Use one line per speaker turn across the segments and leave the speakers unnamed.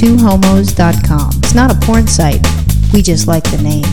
twohomos.com. It's not a porn site. We just like the name.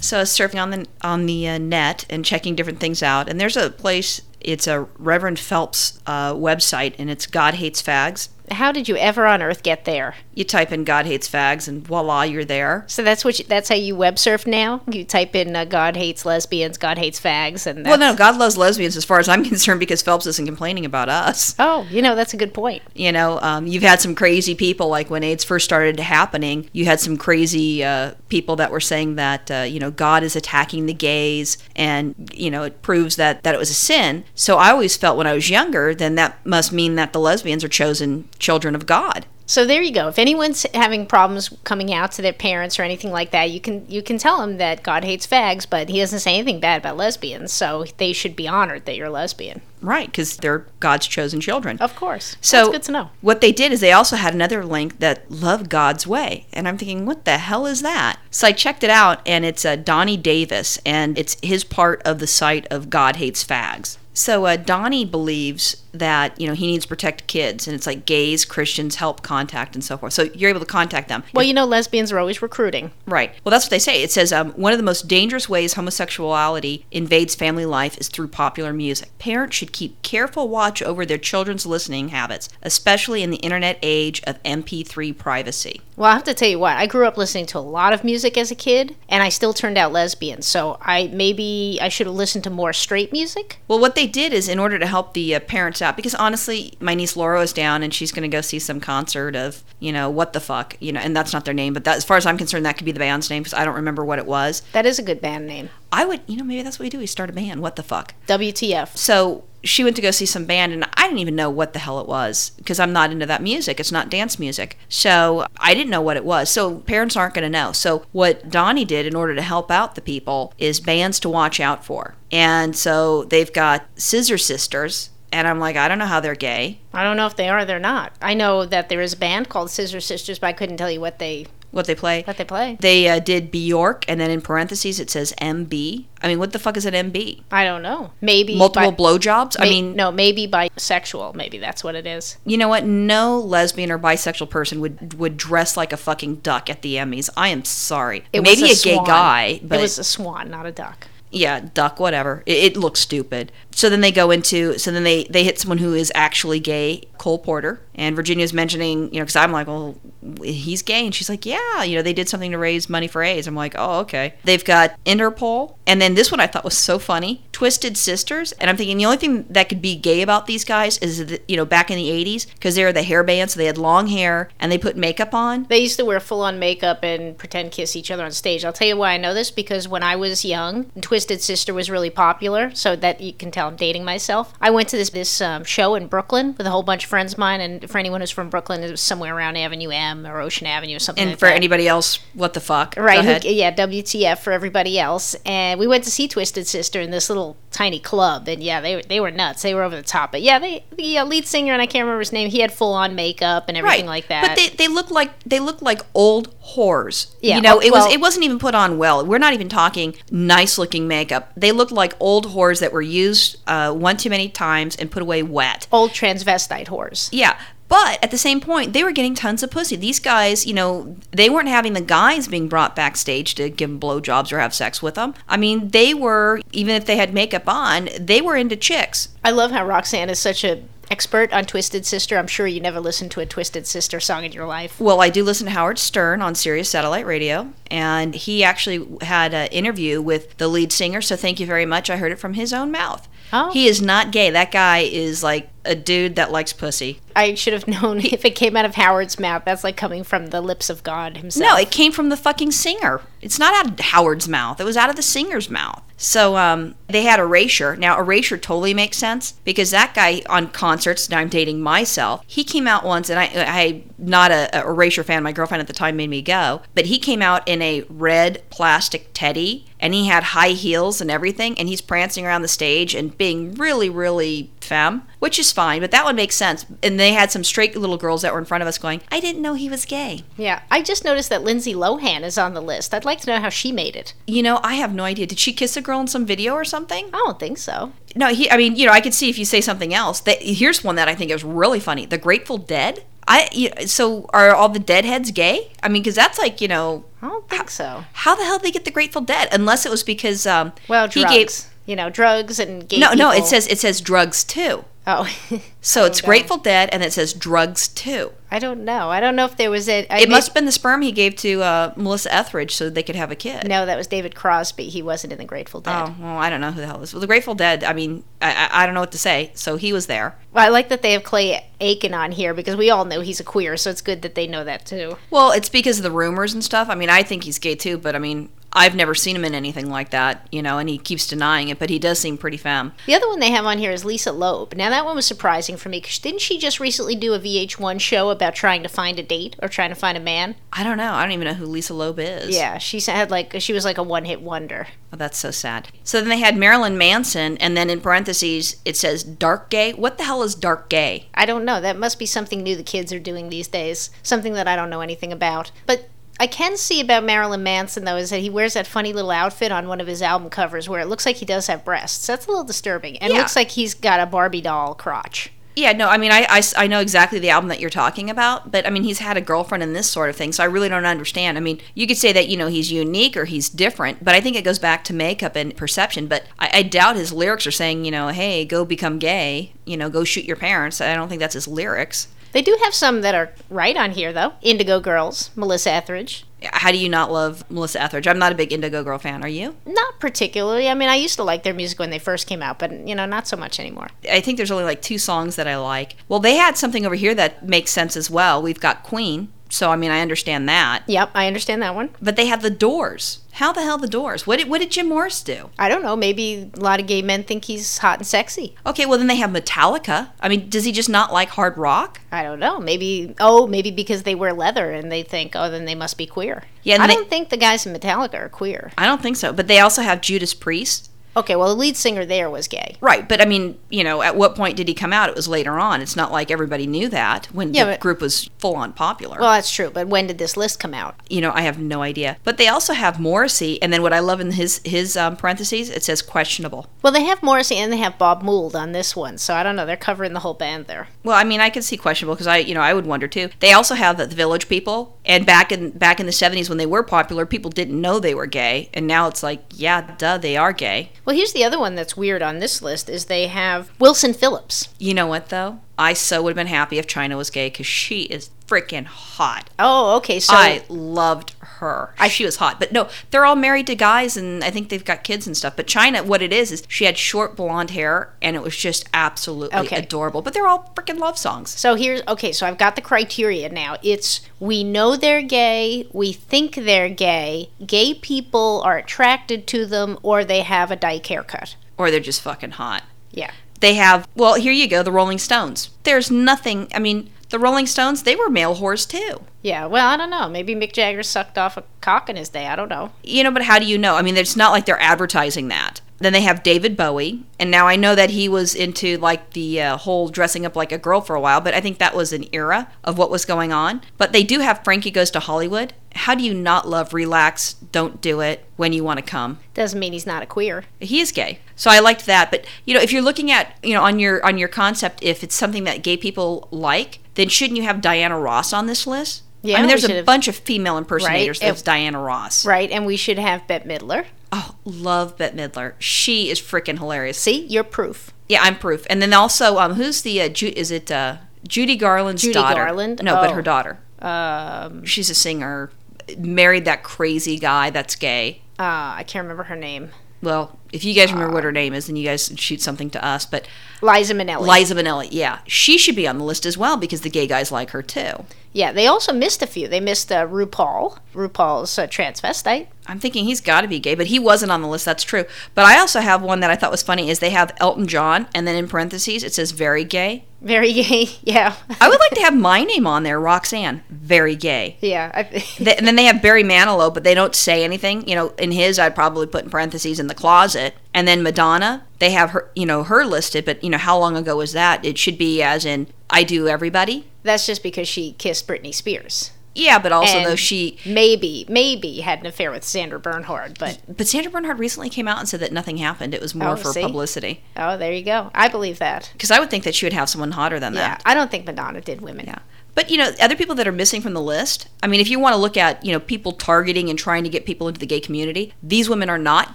So I was surfing on the on the uh, net and checking different things out, and there's a place. It's a Reverend Phelps uh, website, and it's God Hates Fags.
How did you ever on earth get there?
You type in God Hates Fags, and voila, you're there.
So that's what you, that's how you web surf now. You type in uh, "God hates lesbians," "God hates fags," and
Well, no,
that's-
God loves lesbians as far as I'm concerned because Phelps isn't complaining about us.
Oh, you know that's a good point.
You know, um, you've had some crazy people. Like when AIDS first started happening, you had some crazy uh, people that were saying that uh, you know God is attacking the gays, and you know it proves that that it was a sin. So I always felt when I was younger, then that must mean that the lesbians are chosen children of God.
So there you go. If anyone's having problems coming out to their parents or anything like that, you can you can tell them that God hates fags, but he doesn't say anything bad about lesbians, so they should be honored that you're lesbian.
Right, because they're God's chosen children.
Of course.
So
That's good to know.
What they did is they also had another link that love God's way, and I'm thinking, what the hell is that? So I checked it out, and it's uh, Donnie Davis, and it's his part of the site of God hates fags. So uh, Donnie believes that you know he needs to protect kids, and it's like gays, Christians, help contact, and so forth. So you're able to contact them.
Well, you know, lesbians are always recruiting.
Right. Well, that's what they say. It says um, one of the most dangerous ways homosexuality invades family life is through popular music. Parents should keep careful watch over their children's listening habits, especially in the internet age of MP3 privacy.
Well, I have to tell you what, I grew up listening to a lot of music as a kid, and I still turned out lesbian. So I maybe I should have listened to more straight music.
Well, what they did is in order to help the uh, parents out, because honestly, my niece Laura is down and she's going to go see some concert of, you know, what the fuck, you know, and that's not their name, but that, as far as I'm concerned, that could be the band's name because I don't remember what it was.
That is a good band name.
I would, you know, maybe that's what we do. We start a band. What the fuck?
WTF.
so she went to go see some band and i didn't even know what the hell it was because i'm not into that music it's not dance music so i didn't know what it was so parents aren't going to know so what donnie did in order to help out the people is bands to watch out for and so they've got scissor sisters and i'm like i don't know how they're gay
I don't know if they are or they're not. I know that there is a band called Scissor Sisters, but I couldn't tell you what they
what they play
what they play.
they uh, did bjork and then in parentheses it says mb i mean what the fuck is an mb
I don't know. Maybe
multiple
bi-
blowjobs i
may-
mean
no, maybe bisexual. Maybe that's what it is.
You know what? No lesbian or bisexual person would would dress like a fucking duck at the Emmys. I am sorry.
It was
Maybe a, gay
swan.
guy, but
it was a swan, not a duck.
yeah, duck, whatever. It, it looks stupid. So then they go into so then they they hit someone who is actually gay, Cole Porter, and Virginia's mentioning you know because I'm like, well, he's gay, and she's like, yeah, you know they did something to raise money for AIDS. I'm like, oh okay. They've got Interpol, and then this one I thought was so funny, Twisted Sisters, and I'm thinking the only thing that could be gay about these guys is that, you know back in the 80s because they were the hair band, so they had long hair and they put makeup on.
They used to wear full on makeup and pretend kiss each other on stage. I'll tell you why I know this because when I was young, Twisted Sister was really popular, so that you can tell I'm dating myself. I went to this this um, show in Brooklyn with a whole bunch of friends of mine, and for anyone who's from Brooklyn, it was somewhere around Avenue M or Ocean Avenue or something.
And
like
for
that.
anybody else, what the fuck? Go
Right.
ahead.
Who, yeah, WTF for everybody else. And we went to see Twisted Sister in this little tiny club. And yeah, they, they were nuts. They were over the top. But yeah, they, the uh, lead singer, and I can't remember his name, he had full on makeup and everything like
But
that.
they, they look like they look like old whores.
Yeah,
you know, it
well-
was it wasn't even put on well. We're not even talking nice looking makeup. They looked like old whores that were used uh, one too many times and put away wet.
Old transvestite whores.
Yeah. But at the same point, they were getting tons of pussy. These guys, you know, they weren't having the guys being brought backstage to give them blowjobs or have sex with them. I mean, they were, even if they had makeup on, they were into chicks.
I love how Roxanne is such a expert on Twisted Sister. I'm sure you never listened to a Twisted Sister song in your life.
Well, I do listen to Howard Stern on Sirius Satellite Radio, and he actually had an interview with the lead singer. So thank you very much. I heard it from his own mouth.
Oh.
He is not gay. That guy is like a dude that likes pussy.
I should have known if it came out of Howard's mouth. That's like coming from the lips of God himself.
No, it came from the fucking singer. It's not out of Howard's mouth. It was out of the singer's mouth. So um, they had Erasure. Now Erasure totally makes sense because that guy on concerts. Now I'm dating myself. He came out once, and I, I not a, a Erasure fan. My girlfriend at the time made me go, but he came out in a red plastic teddy, and he had high heels and everything, and he's prancing around the stage and being really, really femme, which is fine. But that one makes sense. And they had some straight little girls that were in front of us going, "I didn't know he was gay."
yeah, I just noticed that Lindsay Lohan is on the list. I'd like to know how she made it.
You know, I have no idea. Did she kiss a girl in some video or something?
I don't think so.
No, he. I mean, you know, I could see if you say something else. That here's one that I think is really funny. The Grateful Dead. I you- so are all the Deadheads gay? I mean, because that's like you know
I don't think so.
how the hell did they get the Grateful Dead? Unless it was because um
Well,
he
drugs.
gave-
you know, drugs and gay
no no it
people.
says it says drugs too.
Oh,
So it's
God.
Grateful Dead and it says drugs too.
I don't know. I don't know if there was a. I
It
may-
must have been the sperm he gave to uh, Melissa Etheridge so they could have a kid.
No, that was David Crosby. He wasn't in the Grateful Dead.
Oh well, I don't know who the hell this. Well, the Grateful Dead. I mean, I, I I don't know what to say. So he was there.
Well, I like that they have Clay Aiken on here because we all know he's a queer, so it's good that they know that too.
Well, it's because of the rumors and stuff. I mean, I think he's gay too, but I mean, I've never seen him in anything like that, you know. And he keeps denying it, but he does seem pretty femme.
The other one they have on here is Lisa Loeb. Now that one was surprising for me because didn't she just recently do a VH1 show about trying to find a date or trying to find a man?
I don't know. I don't even know who Lisa Loeb is.
Yeah, she had like she was like a one-hit wonder.
Oh, that's so sad. So then they had Marilyn Manson, and then in parentheses it says dark gay. What the hell is dark gay?
I don't know. That must be something new the kids are doing these days. Something that I don't know anything about. But I can see about Marilyn Manson though is that he wears that funny little outfit on one of his album covers where it looks like he does have breasts. That's a little disturbing. And it
Yeah.
looks like he's got a Barbie doll crotch.
Yeah, no, I mean, I, I s- I know exactly the album that you're talking about, but I mean, he's had a girlfriend and this sort of thing, so I really don't understand. I mean, you could say that, you know, he's unique or he's different, but I think it goes back to makeup and perception. But I, I doubt his lyrics are saying, you know, hey, go become gay, you know, go shoot your parents. I don't think that's his lyrics.
They do have some that are right on here though. Indigo Girls, Melissa Etheridge.
How do you not love Melissa Etheridge? I'm not a big Indigo Girl fan, are you?
Not particularly. I mean, I used to like their music when they first came out, but you know, not so much anymore.
I think there's only like two songs that I like. Well, they had something over here that makes sense as well. We've got Queen, so I mean, I understand that.
Yep, I understand that one.
but they have the doors. How the hell the doors? What did, what did Jim Morris do?
I don't know. Maybe a lot of gay men think he's hot and sexy.
Okay, well then they have Metallica. I mean, does he just not like hard rock?
I don't know. Maybe oh, maybe because they wear leather and they think oh, then they must be queer.
Yeah, and
I
they-
don't think the guys in Metallica are queer.
I don't think so. But they also have Judas Priest.
Okay, well, the lead singer there was gay.
Right, but I mean, you know, at what point did he come out? It was later on. It's not like everybody knew that when
Yeah,
the
but-
group was full on popular.
Well, that's true. But when did this list come out?
you know, I have no idea. But they also have Morrissey, and then what I love in his his um, parentheses, it says questionable.
Well, they have Morrissey and they have Bob Mould on this one, so I don't know. They're covering the whole band there.
Well, I mean, I could see questionable because I, you know, I would wonder too. They also have the village people, and back in back in the seventies when they were popular, people didn't know they were gay, and now it's like, yeah, duh, they are gay.
Well, here's the other one that's weird on this list is they have Wilson Phillips.
You know what though? I so would have been happy if China was gay because she is freaking hot.
Oh, okay. So
I loved her. she was hot, but no, they're all married to guys, and I think they've got kids and stuff. But China, what it is, is she had short blonde hair, and it was just absolutely
Okay.
adorable. But they're all freaking love songs.
So here's okay, so I've got the criteria now. It's we know they're gay, we think they're gay, gay people are attracted to them, or they have a dyke haircut.
Or they're just fucking hot.
Yeah.
They have, well, here you go, the Rolling Stones. There's nothing, I mean, the Rolling Stones, they were male whores too.
Yeah, well, I don't know. Maybe Mick Jagger sucked off a cock in his day. I don't know.
You know, but how do you know? I mean, it's not like they're advertising that. Then they have David Bowie, and now I know that he was into like the uh, whole dressing up like a girl for a while, but I think that was an era of what was going on. But they do have Frankie Goes to Hollywood. How do you not love Relax, Don't Do It, When You Want to Come?
Doesn't mean he's not a queer.
he is gay so i liked that but you know if you're looking at you know on your on your concept if it's something that gay people like then shouldn't you have diana ross on this list
Yeah,
i
we
mean there's a
should have-
bunch of female impersonators
Right,
of diana ross
Right? And we should have Bette Midler.
oh love bette midler she is freaking hilarious
See, you're proof.
yeah i'm proof and then also um who's the uh, Ju- is it uh judy garland's
Judy
daughter
Garland?
no but
Oh.
her daughter um she's a singer married that crazy guy that's gay
Uh, I can't remember her name.
well if you guys
Uh,
remember what her name is then you guys shoot something to us but
Liza Minnelli.
Liza Minnelli, yeah. She should be on the list as well because the gay guys like her too.
yeah, they also missed a few. They missed uh, RuPaul. RuPaul's uh, transvestite.
I'm thinking he's got to be gay, but he wasn't on the list. That's true. But I also have one that I thought was funny is they have Elton John, and then in parentheses it says very gay.
Very gay. Yeah.
I would like to have my name on there, Roxanne, very gay.
yeah. I,
Th- And then they have Barry Manilow, but they don't say anything. You know, in his I'd probably put in parentheses in the closet. And then Madonna, they have her, you know, her listed, but you know, how long ago was that? It should be as in I do everybody.
That's just because she kissed Britney Spears.
Yeah, but also
And
though she,
maybe, maybe had an affair with Sandra Bernhard, but
but Sandra Bernhard recently came out and said that nothing happened. It was more
Oh,
for
see?
publicity.
oh, there you go. I believe that.
Because I would think that she would have someone hotter than
Yeah,
that.
I don't think Madonna did women.
Yeah. But you know, other people that are missing from the list. I mean, if you want to look at you know people targeting and trying to get people into the gay community, these women are not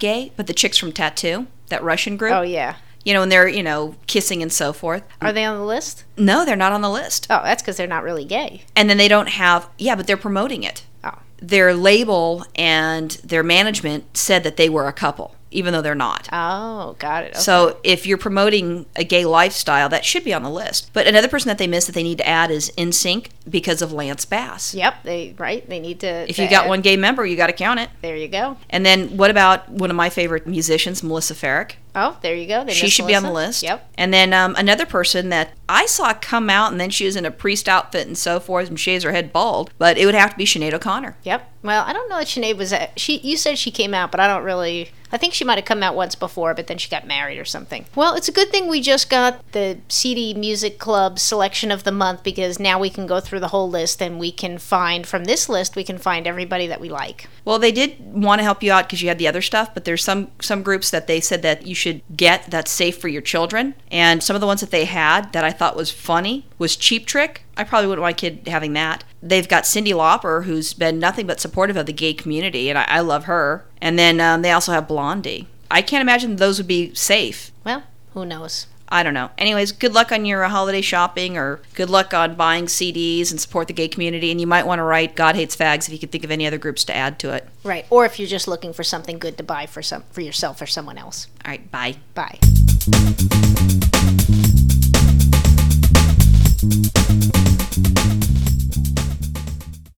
gay. But the chicks from Tattoo, that Russian group,
Oh yeah,
you know, and they're you know kissing and so forth.
are they on the list?
No, they're not on the list.
Oh, that's because they're not really gay.
And then they don't have yeah, but they're promoting it.
Oh.
Their label and their management said that they were a couple, even though they're not.
Oh, got it. Okay.
So if you're promoting a gay lifestyle, that should be on the list. But another person that they missed that they need to add is NSYNC because of Lance Bass.
Yep, they right. They need to.
If
to
you got
add-
one gay member, you got to count it.
there you go.
And then what about one of my favorite musicians, Melissa Farrick?
Oh, there you go. They
She
missed
should be on the
Melissa.
list.
Yep.
And then um, another person that I saw come out, and then she was in a priest outfit and so forth, and shaves her head bald. But it would have to be Sinead O'Connor.
Yep. Well, I don't know that Sinead was. At, she you said she came out, but I don't really. I think she might have come out once before, but then she got married or something. Well, it's a good thing we just got the CD Music Club selection of the month because now we can go through the whole list and we can find from this list we can find everybody that we like.
Well, they did want to help you out because you had the other stuff, but there's some some groups that they said that you should get that's safe for your children. And some of the ones that they had that I thought was funny was Cheap Trick. I probably wouldn't want my kid having that. They've got Cindy Lauper, who's been nothing but supportive of the gay community, and I, I love her. And then um, they also have Blondie. I can't imagine those would be safe.
Well, who knows?
I don't know. Anyways, good luck on your uh, holiday shopping or good luck on buying CDs and support the gay community. And you might want to write God Hates Fags if you could think of any other groups to add to it.
Right. Or if you're just looking for something good to buy for some for yourself or someone else.
All right, bye.
Bye.